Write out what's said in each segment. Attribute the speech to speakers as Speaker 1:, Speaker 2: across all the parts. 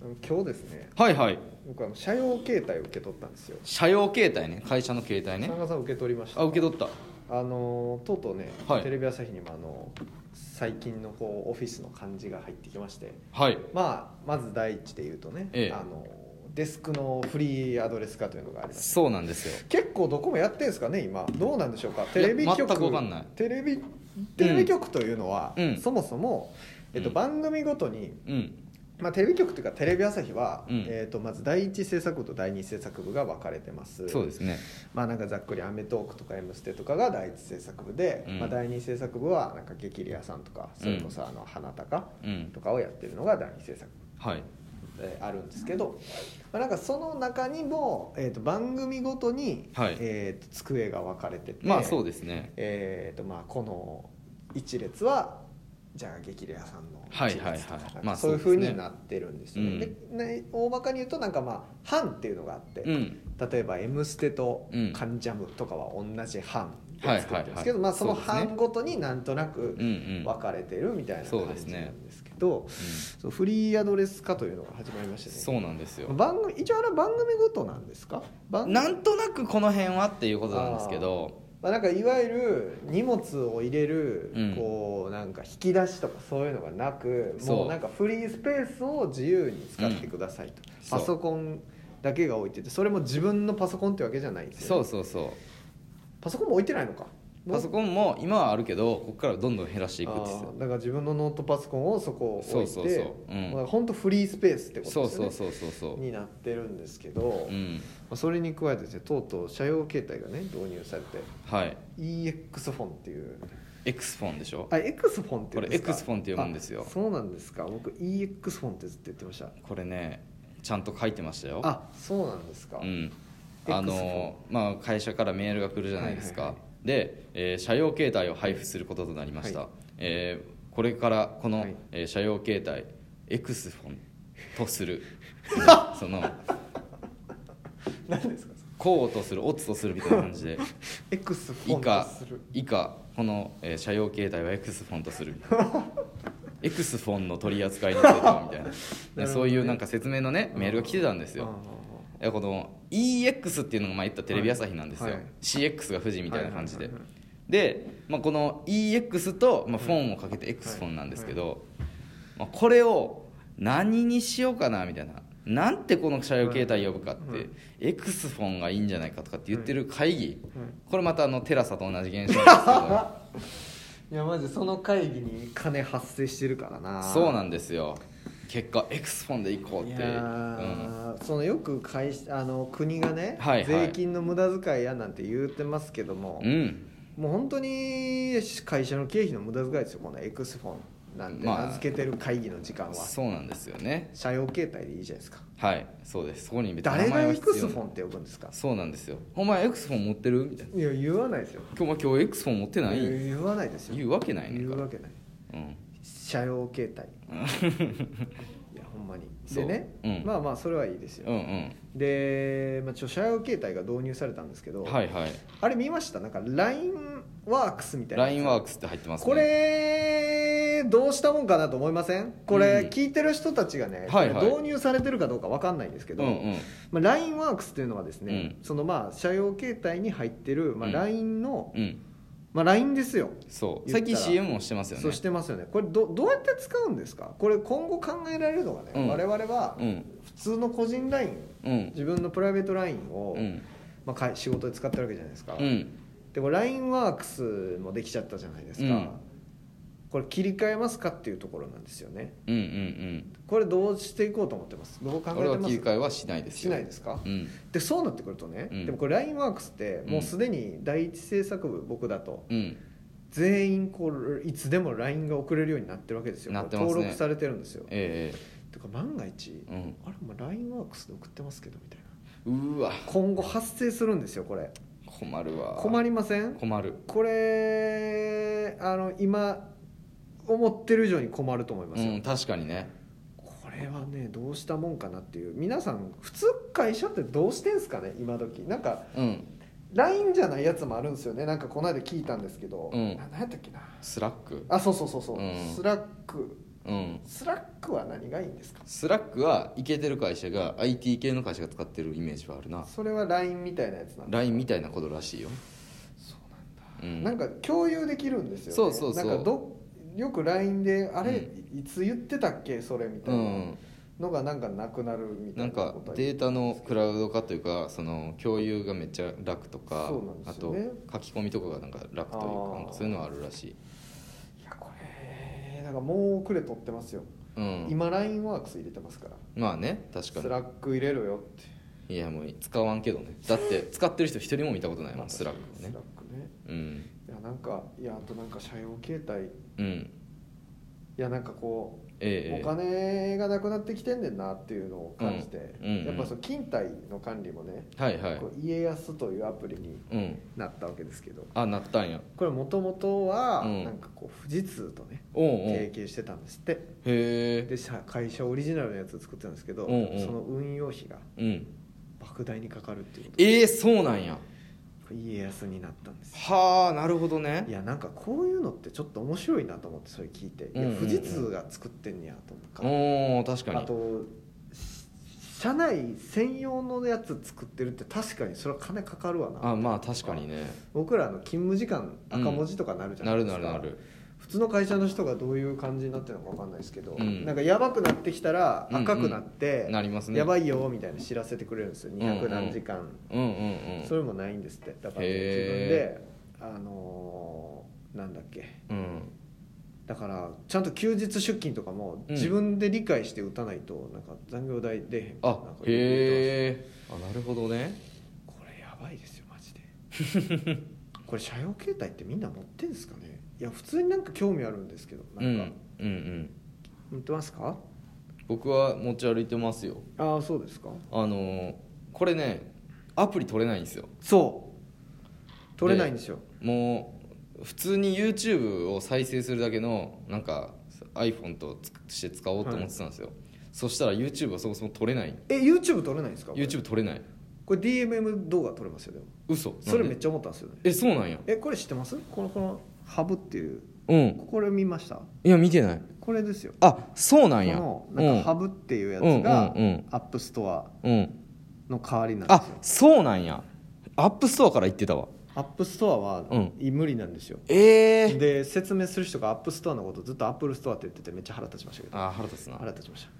Speaker 1: あの今日ですね
Speaker 2: はいはい
Speaker 1: 僕あの社用携帯を受け取ったんですよ
Speaker 2: 社用携帯ね会社の携帯ね
Speaker 1: 田中さん受け取りました
Speaker 2: あ受け取った
Speaker 1: あのとうとうね、
Speaker 2: はい
Speaker 1: テレビ朝日にもあの最近のこうオフィスの感じが入ってきまして
Speaker 2: はい
Speaker 1: まあまず第一で言うとね、
Speaker 2: ええ
Speaker 1: あのデスクのフリーアドレス化というのがあります
Speaker 2: そうなんですよ
Speaker 1: 結構どこもやってんですかね今どうなんでしょうかテレビ局
Speaker 2: 全くわかんない
Speaker 1: テレビテレビ局というのは、
Speaker 2: うん
Speaker 1: そもそも、えっと
Speaker 2: うん
Speaker 1: 番組ごとに、
Speaker 2: うん
Speaker 1: まあ、テレビ局というかテレビ朝日は、
Speaker 2: うん
Speaker 1: えー、とまず第一制作部と第二制作部が分かれてます
Speaker 2: そうですね
Speaker 1: まあなんかざっくり『アメトーーク』とか『M ステ』とかが第一制作部で、
Speaker 2: うん
Speaker 1: まあ、第二制作部はなんか激レアさんとかそれこそあの花高
Speaker 2: うん
Speaker 1: とかをやってるのが第二制作部
Speaker 2: はい
Speaker 1: えーあるんですけど、まあ、なんかその中にも、えー、と番組ごとに、
Speaker 2: はい
Speaker 1: えーと机が分かれてて
Speaker 2: まあそうですね
Speaker 1: えーとまあ、この一列はじゃあ激レアさんの一列とか、
Speaker 2: はいはいはい
Speaker 1: なんか
Speaker 2: まあ
Speaker 1: そういう
Speaker 2: そ
Speaker 1: ふ
Speaker 2: う
Speaker 1: う
Speaker 2: ですね
Speaker 1: になってるんですよね,、
Speaker 2: うん
Speaker 1: でね大まかに言うとなんかまあ班っていうのがあって、
Speaker 2: うん
Speaker 1: 例えば「M ステ」と
Speaker 2: うん
Speaker 1: 「カンジャム」とかは同じ班
Speaker 2: は
Speaker 1: で
Speaker 2: い
Speaker 1: 作
Speaker 2: はいはい
Speaker 1: ってるんですけど、まあ、その
Speaker 2: そうです
Speaker 1: 班
Speaker 2: ね
Speaker 1: ごとになんとなく
Speaker 2: うんうん
Speaker 1: 分かれてるみたいな
Speaker 2: そう
Speaker 1: 感
Speaker 2: です
Speaker 1: じ
Speaker 2: ね
Speaker 1: なんですけど、
Speaker 2: う
Speaker 1: そうフリーアドレス化というのが始まりまし
Speaker 2: ん
Speaker 1: たね
Speaker 2: そうなんですよ
Speaker 1: 番組一応あれは番組ごとなんですか番
Speaker 2: なんとなくこの辺はっていうことなんですけど
Speaker 1: まあ、なんかいわゆる荷物を入れる、
Speaker 2: うん
Speaker 1: こうなんか引き出しとかそういうのがなく
Speaker 2: そう
Speaker 1: もうなんかフリースペースを自由に使ってくださいと、
Speaker 2: そう
Speaker 1: パソコンだけが置いててそれも自分のパソコンってわけじゃないんですよ
Speaker 2: そ
Speaker 1: ね、
Speaker 2: うそうそ
Speaker 1: パソコンも置いてないのか
Speaker 2: うパソ
Speaker 1: コン
Speaker 2: コンも今はあるけどここからどんどん減らしていくって
Speaker 1: だから自分のノートパソコンをそこ置いて
Speaker 2: そうそうそううん
Speaker 1: まあ本当フリースペースってことです
Speaker 2: そ
Speaker 1: よね
Speaker 2: うそうそうそうそう
Speaker 1: になってるんですけど、
Speaker 2: う
Speaker 1: ま
Speaker 2: ん
Speaker 1: あ、それに加えてですねとうとう社用携帯がね導入されて
Speaker 2: はい
Speaker 1: EX フォンっていう
Speaker 2: X フォンでしょ
Speaker 1: あ X フォンって言う
Speaker 2: これ
Speaker 1: んですか
Speaker 2: X フォンって呼ぶんですよ
Speaker 1: あそうなんですか僕 EX フォンってずっと言ってました
Speaker 2: これねちゃんと書いてましたよ
Speaker 1: あそうなんですか、
Speaker 2: うん、
Speaker 1: X
Speaker 2: あのまあ、会社からメールが来るじゃないですか、
Speaker 1: はいはいは
Speaker 2: で、えー社用携帯を配布することとなりました、
Speaker 1: はい
Speaker 2: えーこれからこの、
Speaker 1: はい
Speaker 2: えー社用携帯エクスフォンとす るその
Speaker 1: 何ですかそれ
Speaker 2: こうとするオツとするみたいな感じ で
Speaker 1: X フ
Speaker 2: 以
Speaker 1: ォン
Speaker 2: 下
Speaker 1: とする
Speaker 2: 以下この、えー社用携帯はエクスフォンとするみたいな エクスフォンの取り扱いについてはみたいな
Speaker 1: どね
Speaker 2: そういうなんか説明のねメールが来てたんですよ、
Speaker 1: あ
Speaker 2: いやこの EX っていうのがまあ言ったらテレビ朝日なんですよ、
Speaker 1: はいはい
Speaker 2: CX が富士みたいな感じで、
Speaker 1: はいはいはい
Speaker 2: で、まあ、この EX と、まあ、フォンをかけて X フォンなんですけど、まあ、これを何にしようかなみたいななんてこの車用携帯呼ぶかって、
Speaker 1: はいはい
Speaker 2: X フォンがいいんじゃないかとかって言ってる会議、
Speaker 1: はいはい
Speaker 2: これまたあのテラサと同じ現象なんで
Speaker 1: ーいやマジその会議に金発生してるからな
Speaker 2: すけど そうなんんですよ結果 X フォンで行こう
Speaker 1: い
Speaker 2: っ
Speaker 1: や
Speaker 2: てうん
Speaker 1: ーそのよく会社あの国がね、
Speaker 2: はいはい
Speaker 1: 税金の無駄遣いやなんて言ってますけども、
Speaker 2: うん
Speaker 1: もう本当に会社の経費の無駄遣いですよこの X フォンなんて
Speaker 2: まあ
Speaker 1: 名付けてる会議の時間は、
Speaker 2: そうなんですよね
Speaker 1: 社用携帯でいいじゃないですか
Speaker 2: はいそうですそこに別に
Speaker 1: 誰が
Speaker 2: は
Speaker 1: X フォンって呼ぶんですか
Speaker 2: そうなんですよ「お前 X フォン持ってる?」みたいない
Speaker 1: や言わないですよ
Speaker 2: 「今日お前今日 X フォン持ってない?」
Speaker 1: 言わないですよ
Speaker 2: 言うわけないね
Speaker 1: 言
Speaker 2: んか
Speaker 1: う
Speaker 2: ら
Speaker 1: わけない
Speaker 2: うん
Speaker 1: 社用携帯 いやほんまに
Speaker 2: そう
Speaker 1: でね、
Speaker 2: うん
Speaker 1: まあまあそれはいいです
Speaker 2: う
Speaker 1: よ、
Speaker 2: んうん
Speaker 1: で、まあ、ちょ社用携帯が導入されたんですけど、
Speaker 2: はいはい
Speaker 1: あれ見ましたなんか LINE ワークスみたいな
Speaker 2: LINE ワークスって入ってますね
Speaker 1: これどうしたもんかなと思いませんこれ、
Speaker 2: うん
Speaker 1: 聞いてる人たちがね、
Speaker 2: はいはい
Speaker 1: 導入されてるかどうかわかんないんですけ
Speaker 2: う
Speaker 1: ど、
Speaker 2: んうん
Speaker 1: まあ、LINE ワークスというのはですね、
Speaker 2: うん
Speaker 1: そのまあ社用携帯に入ってる、まあ、
Speaker 2: うん
Speaker 1: LINE の、
Speaker 2: うん
Speaker 1: まあ、LINE ですよ
Speaker 2: そう
Speaker 1: 言
Speaker 2: 最
Speaker 1: った
Speaker 2: 近
Speaker 1: ら
Speaker 2: CM もしてますよね
Speaker 1: そうしてますよねこれどどうやって使うんですかこれ今後考えられるのがね、
Speaker 2: うん
Speaker 1: 我々は
Speaker 2: うん
Speaker 1: 普通の個人 LINE
Speaker 2: うん
Speaker 1: 自分のプライベート LINE を、
Speaker 2: うん
Speaker 1: まあかい、仕事で使ってるわけじゃないですか、
Speaker 2: うん
Speaker 1: でも LINE ワークスもできちゃったじゃないですか、
Speaker 2: うん
Speaker 1: これ切り替えますかっていうところなんですよね
Speaker 2: うんうんうん
Speaker 1: これどうしていこうと思ってますどう考え
Speaker 2: 俺
Speaker 1: て
Speaker 2: は
Speaker 1: ま
Speaker 2: 切り
Speaker 1: す
Speaker 2: 替えはしないです
Speaker 1: し
Speaker 2: よ
Speaker 1: ないですか、
Speaker 2: うん
Speaker 1: でそうなってくるとね、
Speaker 2: うん
Speaker 1: でもこれ LINE ワークスってもうすでに第一制作部、僕だと
Speaker 2: うん
Speaker 1: 全員こういつでも LINE が送れるようになってるわけですよ
Speaker 2: なってますね
Speaker 1: 登録されてるんですよ
Speaker 2: え
Speaker 1: てか万が一、
Speaker 2: えうん
Speaker 1: あれも LINE ワークスで送ってますけどみたいな
Speaker 2: うわ
Speaker 1: 今後発生するんですよこれ
Speaker 2: 困るわ
Speaker 1: 困
Speaker 2: る
Speaker 1: りません
Speaker 2: 困る
Speaker 1: これあの今思ってる以上に困ると思いますよ、
Speaker 2: うん確かにね
Speaker 1: これはねどうしたもんかなっていう皆さん普通会社ってどうしてんすかね今時なんか
Speaker 2: うん
Speaker 1: LINE じゃないやつもあるんですよねなんかこの間聞いたんですけど、
Speaker 2: うん
Speaker 1: な何やったっけな
Speaker 2: スラック
Speaker 1: あそうそうそうそう、
Speaker 2: うん
Speaker 1: スラック
Speaker 2: うん
Speaker 1: スラックは何がいいんですか
Speaker 2: スラックはイケてる会社が IT 系の会社が使ってるイメージはあるな
Speaker 1: それは LINE みたいなやつなんだ
Speaker 2: LINE みたいなことらしいよ
Speaker 1: そう
Speaker 2: う
Speaker 1: なん
Speaker 2: ん
Speaker 1: だ、なんか共有できるんですよ、ね、
Speaker 2: そうそうそう
Speaker 1: なんかどよく LINE で「あれ、
Speaker 2: う
Speaker 1: いつ言ってたっけそれ」みた
Speaker 2: う
Speaker 1: いなんのがなんかなくなるみた
Speaker 2: ないん
Speaker 1: な
Speaker 2: か
Speaker 1: ことは
Speaker 2: データのクラウド化というかその共有がめっちゃ楽とか、
Speaker 1: そうなんで
Speaker 2: あ
Speaker 1: すよ
Speaker 2: と
Speaker 1: ね
Speaker 2: 書き込みとかがなんか楽という
Speaker 1: あー
Speaker 2: かなんかそういうのはあるらしい、
Speaker 1: いやこれなんかもうくれ取ってますよ、
Speaker 2: うん、
Speaker 1: 今 LINE ワークス入れてますから
Speaker 2: まあね確か
Speaker 1: スラック入れろよって
Speaker 2: にいやもう使わんけどねだって使ってる人一人も見たことないもんスラック
Speaker 1: ス
Speaker 2: ね
Speaker 1: ラックね
Speaker 2: うん
Speaker 1: いやなんかいやあとなんか社用携帯い
Speaker 2: うん
Speaker 1: やなんかこう、
Speaker 2: ええ
Speaker 1: お金がなくなってきてんねんなっていうのを感じて、
Speaker 2: うんうんうん
Speaker 1: やっぱその勤怠の管理もね、
Speaker 2: はいはい
Speaker 1: こう家康というアプリに
Speaker 2: うん
Speaker 1: なったわけですけど
Speaker 2: あなったんや
Speaker 1: これもともとは
Speaker 2: うん
Speaker 1: なんかこう富士通とね
Speaker 2: おうおう
Speaker 1: 提
Speaker 2: へ
Speaker 1: 携してたんですってで
Speaker 2: え
Speaker 1: 社会社オリジナルのやつを作ってたんですけど
Speaker 2: うんうん
Speaker 1: その運用費が
Speaker 2: うん
Speaker 1: 莫大にかかるっていうこと
Speaker 2: えー、そうなんや
Speaker 1: で家康になったんですよ
Speaker 2: はあなるほどね
Speaker 1: いやなんかこういうのってちょっと面白いなと思ってそれ聞いていや
Speaker 2: うんうんうん
Speaker 1: 富士通が作ってんねやと思うから
Speaker 2: おお確かに
Speaker 1: あとし社内専用のやつ作ってるって確かにそれは金かかるわな
Speaker 2: あまあ確かにね
Speaker 1: 僕らの勤務時間赤文字とかなるじゃな
Speaker 2: な
Speaker 1: で
Speaker 2: いる
Speaker 1: すか、
Speaker 2: なるなる
Speaker 1: 普通の会社の人がどういう感じになってるのか分かんないですけど、
Speaker 2: うん
Speaker 1: なんかやばくなってきたら
Speaker 2: うんうん
Speaker 1: 赤くなって、
Speaker 2: なりますね
Speaker 1: やばいよみたいな知らせてくれるんですよ
Speaker 2: んうん
Speaker 1: 200何時間、
Speaker 2: うんうんうん
Speaker 1: それもないんですってだから
Speaker 2: へ
Speaker 1: 自分で
Speaker 2: え
Speaker 1: あのーなんだっけ
Speaker 2: うん
Speaker 1: だからちゃんと休日出勤とかも
Speaker 2: うん
Speaker 1: 自分で理解して打たないとなんか残業代出へんなん
Speaker 2: あ
Speaker 1: か言ってます
Speaker 2: へえあなるほどね
Speaker 1: これやばいですよマジで これ社用携帯ってみんな持ってんですかねいや普通になんか興味あるんですけど
Speaker 2: うんう
Speaker 1: なん
Speaker 2: ん
Speaker 1: か、
Speaker 2: うん
Speaker 1: 持ってますか
Speaker 2: 僕は持ち歩いてますよ
Speaker 1: ああそうですか
Speaker 2: あのーこれねアプリ取れないんですよ
Speaker 1: そう取れないんですよ
Speaker 2: もう普通に YouTube を再生するだけのなんか iPhone とつして使おうと思ってたんですよ、そしたら YouTube はそもそも撮れない
Speaker 1: え YouTube 取れないんですかこれ
Speaker 2: YouTube 撮れない
Speaker 1: これ DMM 動画撮れますよでも
Speaker 2: 嘘
Speaker 1: それめっ
Speaker 2: ゃ
Speaker 1: ちゃ思ったんですよね
Speaker 2: えそうなんや
Speaker 1: えこれ知ってますこのこのハブっていう
Speaker 2: うん
Speaker 1: これ見ました
Speaker 2: いや見てない
Speaker 1: これですよ
Speaker 2: あそうな
Speaker 1: こ
Speaker 2: んや
Speaker 1: のなんかハブっていうやつが
Speaker 2: うんうんうん
Speaker 1: アップストア
Speaker 2: うん、うん、
Speaker 1: の代わりなんで
Speaker 2: あ
Speaker 1: すよ
Speaker 2: そうなんやアップストアから言ってたわ
Speaker 1: アップストアは
Speaker 2: うん
Speaker 1: 無理なんですよ
Speaker 2: ええ
Speaker 1: で説明する人がアップストアのことずっとアップルストアって言っててめっちゃ腹立ちましたけど
Speaker 2: あ腹立つな
Speaker 1: 腹立ちました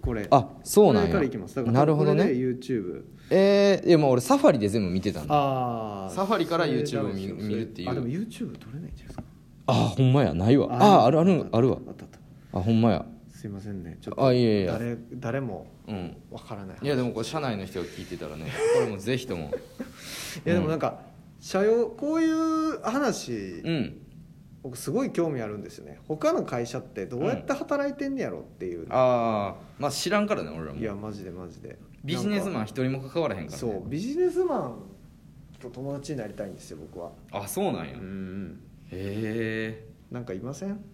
Speaker 1: これ
Speaker 2: あそうな
Speaker 1: こ
Speaker 2: んや
Speaker 1: れからいきますだから
Speaker 2: なるほど
Speaker 1: これで
Speaker 2: ね
Speaker 1: YouTube
Speaker 2: えー、いやもう俺サファリで全部見てたんだ
Speaker 1: あー
Speaker 2: サファリから
Speaker 1: それ
Speaker 2: YouTube を見
Speaker 1: ダメですよ
Speaker 2: 見るっていう
Speaker 1: あでも YouTube 撮れないんじゃないですか
Speaker 2: あほんまやないわあああるあ
Speaker 1: あっ
Speaker 2: る
Speaker 1: た
Speaker 2: あるわ
Speaker 1: あったあった
Speaker 2: あほんまや
Speaker 1: すいませんねちょっと
Speaker 2: あいやいや
Speaker 1: 誰誰も
Speaker 2: うん
Speaker 1: わからない
Speaker 2: いやでもこれ社内の人が聞いてたらねこれもぜひ とも
Speaker 1: いやでもなんか社用こういう話、
Speaker 2: うん
Speaker 1: 僕すごい興味あるんですよね他の会社ってどうやって働いてんねやろっていう、
Speaker 2: ああまあ知らんからね俺らも
Speaker 1: いやマジでマジで
Speaker 2: ビジネスマ
Speaker 1: ン
Speaker 2: ン一人も関わらへんから、ね、
Speaker 1: そうビジネスマンと友達になりたいんですよ僕は
Speaker 2: あそうな
Speaker 1: う
Speaker 2: んや、へ
Speaker 1: ん
Speaker 2: え
Speaker 1: なんかいません なんか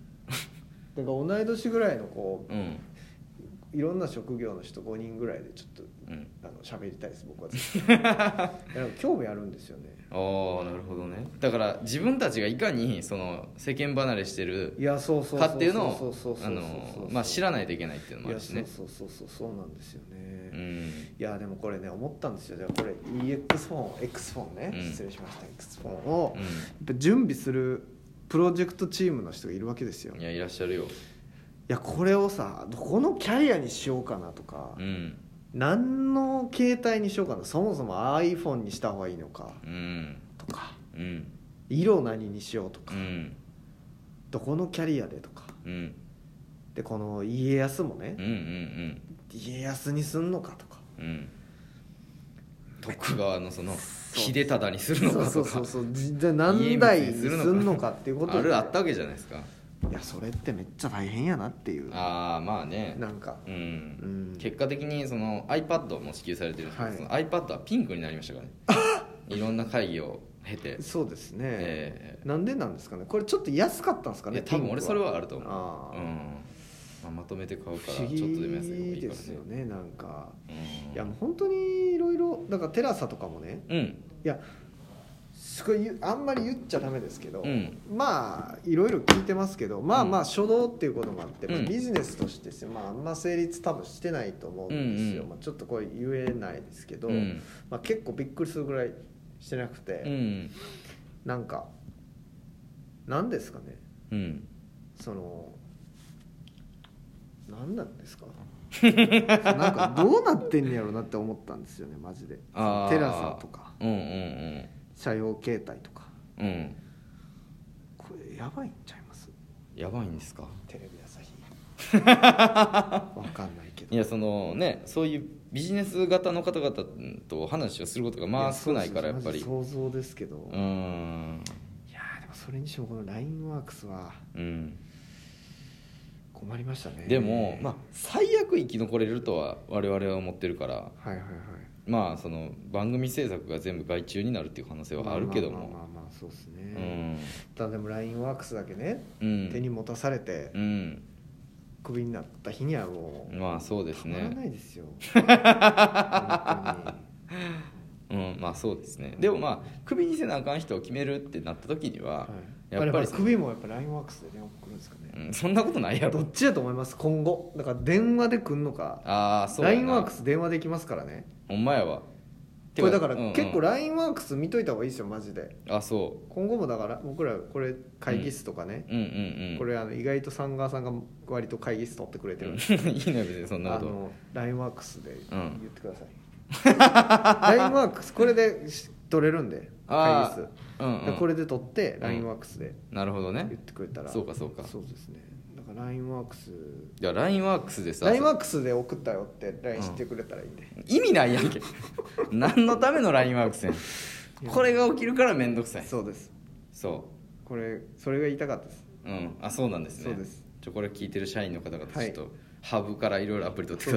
Speaker 1: 同い年ぐらいのこ
Speaker 2: うん
Speaker 1: ういろんな職業の人5人ぐらいでちょっと
Speaker 2: うん
Speaker 1: あの喋りたいです僕は絶 対いやなんか興味あるんですよね
Speaker 2: ああなるほどねだから自分たちがいかにその世間離れしてる
Speaker 1: いやそうそうそう
Speaker 2: かっていうの
Speaker 1: そう
Speaker 2: を
Speaker 1: そうそう
Speaker 2: あのまあ知らないといけないっていうの
Speaker 1: い
Speaker 2: もあ
Speaker 1: や
Speaker 2: るし
Speaker 1: そう
Speaker 2: ね
Speaker 1: そうそうそうそうなんですよね、
Speaker 2: うん
Speaker 1: いやでもこれね思ったんですよじゃあこれ EX フォン X フォンね、
Speaker 2: うん
Speaker 1: 失礼しました X フォンを、
Speaker 2: う
Speaker 1: やっ
Speaker 2: ん
Speaker 1: ぱ準備するプロジェクトチームの人がいるわけですよい
Speaker 2: いやいらっしゃるよ
Speaker 1: やこれをさどこのキャリアにしようかなとか、
Speaker 2: うん
Speaker 1: 何の携帯にしようかなそもそも iPhone にした方がいいのか
Speaker 2: うん
Speaker 1: とか
Speaker 2: うん
Speaker 1: 色何にしようとか、
Speaker 2: うん
Speaker 1: どこのキャリアでとか
Speaker 2: うんうん
Speaker 1: でこの家康もね
Speaker 2: うんう、ん
Speaker 1: 家康にすんのかとか
Speaker 2: うん徳川のその
Speaker 1: そう
Speaker 2: 秀忠にするのか
Speaker 1: そ
Speaker 2: と
Speaker 1: うそう
Speaker 2: か
Speaker 1: そうそうじじゃあ何台にすんのかっていうこと
Speaker 2: あ
Speaker 1: で
Speaker 2: るあったわけじゃないですか
Speaker 1: いやそれってめっちゃ大変やなっていう
Speaker 2: ああまあね
Speaker 1: なんか
Speaker 2: う
Speaker 1: うんん
Speaker 2: 結果的にその iPad も支給されてるんですけど、
Speaker 1: はい
Speaker 2: その iPad はピンクになりましたからねいろんな会議を経て
Speaker 1: そうですね、
Speaker 2: え
Speaker 1: なんでなんですかねこれちょっと安かったんですか
Speaker 2: ーい
Speaker 1: ね
Speaker 2: や多分俺それはあると
Speaker 1: ピン
Speaker 2: 思
Speaker 1: ク
Speaker 2: う、
Speaker 1: あ
Speaker 2: う
Speaker 1: ー
Speaker 2: んまあ、まとめて買うから
Speaker 1: 不
Speaker 2: ちょ
Speaker 1: 思
Speaker 2: っとでも安い方がい
Speaker 1: 議
Speaker 2: いか
Speaker 1: で
Speaker 2: ら
Speaker 1: す
Speaker 2: ね
Speaker 1: よねなんか
Speaker 2: うん
Speaker 1: いやもう本当にいろいろだからテラサとかもね
Speaker 2: うん
Speaker 1: いやすごい言うあんまり言っちゃダメですけど、
Speaker 2: うん
Speaker 1: まあいろいろ聞いてますけどまあ
Speaker 2: うん
Speaker 1: まあ初動っていうこともあって、まあ
Speaker 2: うん
Speaker 1: ビジネスとしてですよ、まあ、あんま成立多分してないと思うんですよ、
Speaker 2: うんうん
Speaker 1: まあ、ちょっとこれ言えないですけど、
Speaker 2: うん
Speaker 1: まあ、結構びっくりするぐらいしてなくて、
Speaker 2: うん
Speaker 1: なんかなんですかね
Speaker 2: うん
Speaker 1: その何なんです かなんかどうなってんねやろなって思ったんですよねマジで
Speaker 2: あー
Speaker 1: テラさんとか
Speaker 2: うんうん
Speaker 1: 社用携帯とか
Speaker 2: うんうん
Speaker 1: これやばいんちゃいます
Speaker 2: やばいんですか
Speaker 1: テレビ朝日 わかんないけど
Speaker 2: いやそのねそういうビジネス型の方々と話をすることがまあ少ないからやっぱり
Speaker 1: いや
Speaker 2: う
Speaker 1: そうそうそうマジ想像ですけど、い
Speaker 2: ーん
Speaker 1: やーでもそれにしてもこの LINE ワークスは
Speaker 2: うん
Speaker 1: 困りましたね
Speaker 2: でもまあ
Speaker 1: ま
Speaker 2: 最悪生き残れるとは我々は思ってるから
Speaker 1: あはいはいはい
Speaker 2: まあその番組制作が全部外注になるっていう可能性はあるけど
Speaker 1: まあ
Speaker 2: も
Speaker 1: まあまあまあまあそうです
Speaker 2: う
Speaker 1: ね、
Speaker 2: ん
Speaker 1: ただでも LINE ワークスだけね、
Speaker 2: うん
Speaker 1: 手に持たされて
Speaker 2: うん
Speaker 1: クビになった日にはもう
Speaker 2: まあそうです
Speaker 1: たまらな
Speaker 2: ね
Speaker 1: いです よ本当に
Speaker 2: うんまあそうですねでもまあクビにせなあかん人を決めるってなった時には
Speaker 1: はい、
Speaker 2: やっ
Speaker 1: やっ
Speaker 2: ぱ
Speaker 1: ぱり
Speaker 2: りその
Speaker 1: 首もやっぱ LINE ワークスで電話来るんですかね、
Speaker 2: うんそんなことないや
Speaker 1: ど
Speaker 2: ろ
Speaker 1: っちだと思います今後だから電話で来んのか
Speaker 2: ああそうやな
Speaker 1: LINE ワークス電話できますからね
Speaker 2: ほんまやわて
Speaker 1: これだから
Speaker 2: うんうん
Speaker 1: 結構 LINE ワークス見といた方がいいですよマジで
Speaker 2: あそ
Speaker 1: 今後もだから僕らこれ会議室とかね、
Speaker 2: ううんうんうん
Speaker 1: これあの意外とサンガーさんが割と会議室取ってくれてるんで、
Speaker 2: うん いいのよ別にそんな
Speaker 1: あ
Speaker 2: こと
Speaker 1: の LINE ワークスで言
Speaker 2: ん
Speaker 1: ってください LINE、ワークスこれで取れるんで会
Speaker 2: あ
Speaker 1: 議室
Speaker 2: あうん、
Speaker 1: で
Speaker 2: うん、
Speaker 1: これで取って LINE ワークスで
Speaker 2: なるほど
Speaker 1: 言っ
Speaker 2: ね
Speaker 1: てくれたら、
Speaker 2: そうかそうか
Speaker 1: そうですねだから LINE ワークス
Speaker 2: じゃあ LINE ワークスでさ
Speaker 1: LINE ワークスで送ったよって LINE してくれたらいいんで、
Speaker 2: 意味ないやんけ何のための LINE ワークスやねんこれが起きるから面倒くさい
Speaker 1: そうです
Speaker 2: そ
Speaker 1: これそれが言いたかったです
Speaker 2: ううんあそうなんですね
Speaker 1: そうです
Speaker 2: ちょこれ聞いてる社員の方々ちょっ
Speaker 1: は
Speaker 2: とハブからいろいろアプリ取ってください